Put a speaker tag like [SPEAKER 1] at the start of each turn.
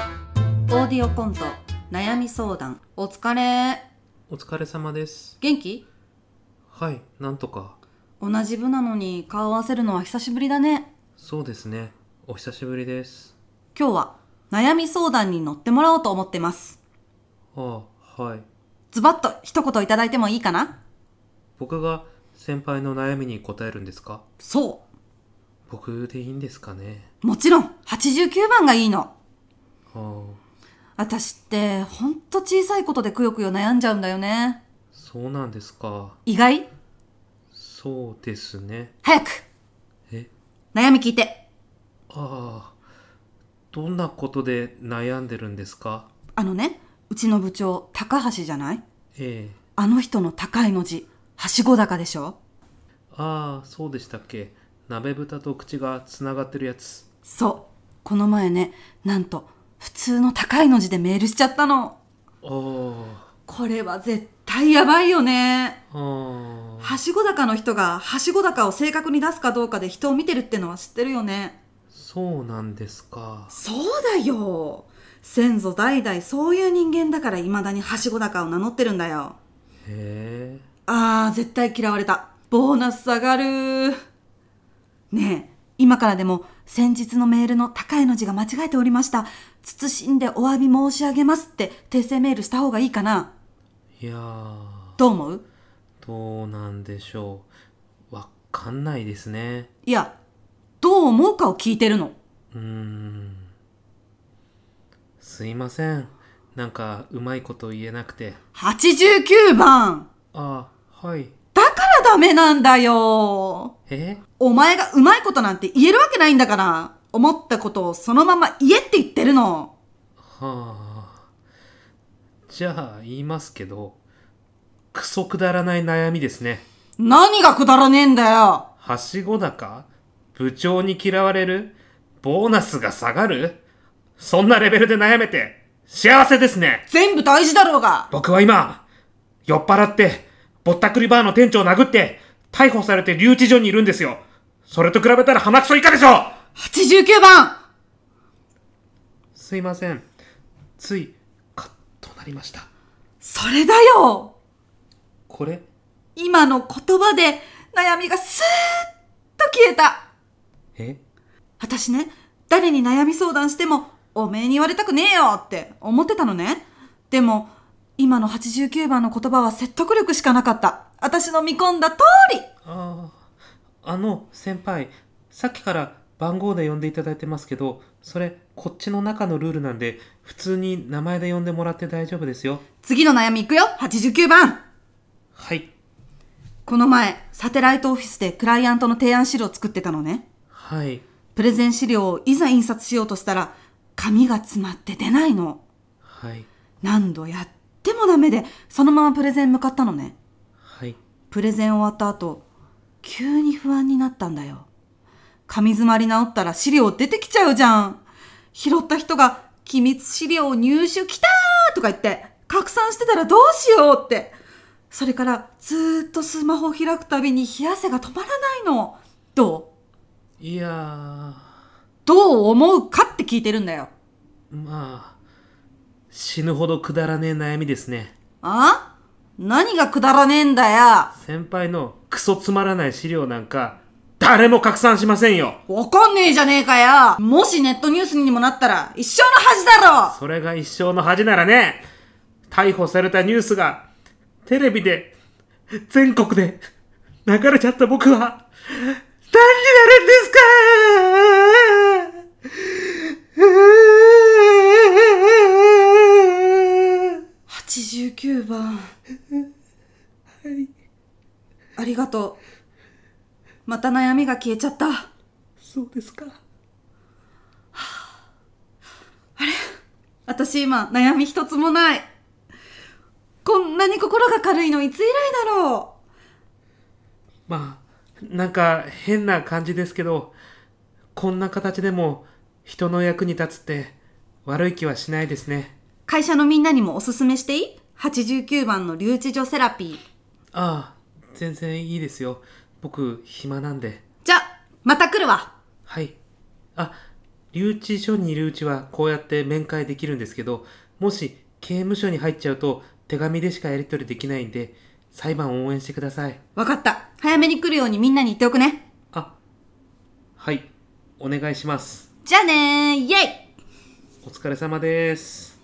[SPEAKER 1] オーディオコント悩み相談お疲れ
[SPEAKER 2] お疲れ様です。
[SPEAKER 1] 元気
[SPEAKER 2] はい、なんとか。
[SPEAKER 1] 同じ部なのに顔合わせるのは久しぶりだね
[SPEAKER 2] そうですね。お久しぶりです。
[SPEAKER 1] 今日は悩み相談に乗ってもらおうと思ってます
[SPEAKER 2] ああ、はい。
[SPEAKER 1] ズバッと一言いただいてもいいかな
[SPEAKER 2] 僕が先輩の悩みに答えるんですか
[SPEAKER 1] そ
[SPEAKER 2] 僕でいいんですかね
[SPEAKER 1] うもちろん89番がいいの
[SPEAKER 2] ああ、
[SPEAKER 1] 私ってほんと小さいことでくよくよ悩んじゃうんだよね
[SPEAKER 2] そうなんですか。
[SPEAKER 1] 意外
[SPEAKER 2] そうですね。
[SPEAKER 1] 早く
[SPEAKER 2] え
[SPEAKER 1] 悩み聞いて
[SPEAKER 2] ああ、どんなことで悩んでるんですか
[SPEAKER 1] あのねうちの部長高橋じゃない
[SPEAKER 2] ええ。
[SPEAKER 1] あの人の高いの字はしご高でしょ
[SPEAKER 2] ああ、そうでしたっけ。鍋蓋と口がつながってるやつ。
[SPEAKER 1] そうこの前ねなんと普通の高いの字でメールしちゃったの
[SPEAKER 2] ああ、
[SPEAKER 1] これは絶対やばいよね
[SPEAKER 2] ああ、
[SPEAKER 1] はしご高の人がはしご高を正確に出すかどうかで人を見てるってのは知ってるよね
[SPEAKER 2] そうなんですか。
[SPEAKER 1] そうだよ先祖代々そういう人間だからいまだにはしご高を名乗ってるんだよ
[SPEAKER 2] へえ。
[SPEAKER 1] あー絶対嫌われたボーナス下がるねえ今からでも先日のメールの高いの字が間違えておりました慎んでお詫び申し上げますって訂正メールした方がいいかない
[SPEAKER 2] やー。
[SPEAKER 1] どう思う
[SPEAKER 2] どうなんでしょう。わかんないですね。
[SPEAKER 1] いやどう思うかを聞いてるの
[SPEAKER 2] うーん。すいません。なんか、うまいこと言えなくて。
[SPEAKER 1] 89番
[SPEAKER 2] あ、はい。
[SPEAKER 1] だからダメなんだよ
[SPEAKER 2] え
[SPEAKER 1] お前がうまいことなんて言えるわけないんだから思ったことをそのまま言えって言ってるの
[SPEAKER 2] はあ。じゃあ、言いますけど、クソくだらない悩みですね。
[SPEAKER 1] 何がくだらねえんだよ
[SPEAKER 2] はしご高部長に嫌われるボーナスが下がるそんなレベルで悩めて、幸せですね
[SPEAKER 1] 全部大事だろうが
[SPEAKER 2] 僕は今、酔っ払って、ぼったくりバーの店長を殴って、逮捕されて留置所にいるんですよ。それと比べたら鼻くそ以下でしょ
[SPEAKER 1] 89番
[SPEAKER 2] すいません。つい、カッとなりました。
[SPEAKER 1] それだよ
[SPEAKER 2] これ、
[SPEAKER 1] 今の言葉で悩みがスーッと消えた
[SPEAKER 2] え
[SPEAKER 1] 私ね、誰に悩み相談しても、おめえに言われたくねえよって思ってたのね。でも、今の89番の言葉は説得力しかなかった。私の見込んだ通り
[SPEAKER 2] ああ、あの、先輩、さっきから番号で呼んでいただいてますけど、それ、こっちの中のルールなんで、普通に名前で呼んでもらって大丈夫ですよ。
[SPEAKER 1] 次の悩みいくよ !89 番
[SPEAKER 2] はい。
[SPEAKER 1] この前、サテライトオフィスでクライアントの提案資料を作ってたのね。
[SPEAKER 2] はい。
[SPEAKER 1] プレゼン資料をいざ印刷しようとしたら、紙が詰まって出ないの。
[SPEAKER 2] はい。
[SPEAKER 1] 何度やってもダメでそのままプレゼン向かったのね
[SPEAKER 2] はい。
[SPEAKER 1] プレゼン終わった後急に不安になったんだよ紙詰まり直ったら資料出てきちゃうじゃん拾った人が「機密資料入手きた!」とか言って拡散してたらどうしようってそれからずーっとスマホ開くたびに冷や汗が止まらないのどう
[SPEAKER 2] いやー。
[SPEAKER 1] どう思うかって聞いてるんだよ
[SPEAKER 2] まあ、死ぬほどくだらねえ悩みですね。
[SPEAKER 1] あ何がくだらねえんだよ
[SPEAKER 2] 先輩のクソつまらない資料なんか、誰も拡散しませんよ
[SPEAKER 1] わかんねえじゃねえかよもしネットニュースにもなったら一生の恥だろ
[SPEAKER 2] それが一生の恥ならね、逮捕されたニュースが、テレビで、全国で、流れちゃった僕は、何になるん ですか
[SPEAKER 1] !89 番。ありがとう。また悩みが消えちゃった。
[SPEAKER 2] そうです か。
[SPEAKER 1] 私今悩み一つもない。こんなに心が軽いのいつ以来だろ
[SPEAKER 2] まあ、なんか変な感じですけど、こんな形でも人の役に立つって悪い気はしないですね。
[SPEAKER 1] う。会社のみんなにもおすすめしていい ?89 番の留置所セラピー。
[SPEAKER 2] ああ、全然いいですよ。僕、暇なんで。
[SPEAKER 1] じゃ、また来るわ。
[SPEAKER 2] はい。あ、留置所にいるうちはこうやって面会できるんですけど、もし刑務所に入っちゃうと手紙でしかやり取りできないんで、裁判を応援してください。
[SPEAKER 1] わかった。早めに来るようにみんなに言っておくね。
[SPEAKER 2] あ、はい、お願いします。
[SPEAKER 1] じゃあねーイェイ
[SPEAKER 2] お疲れ様です。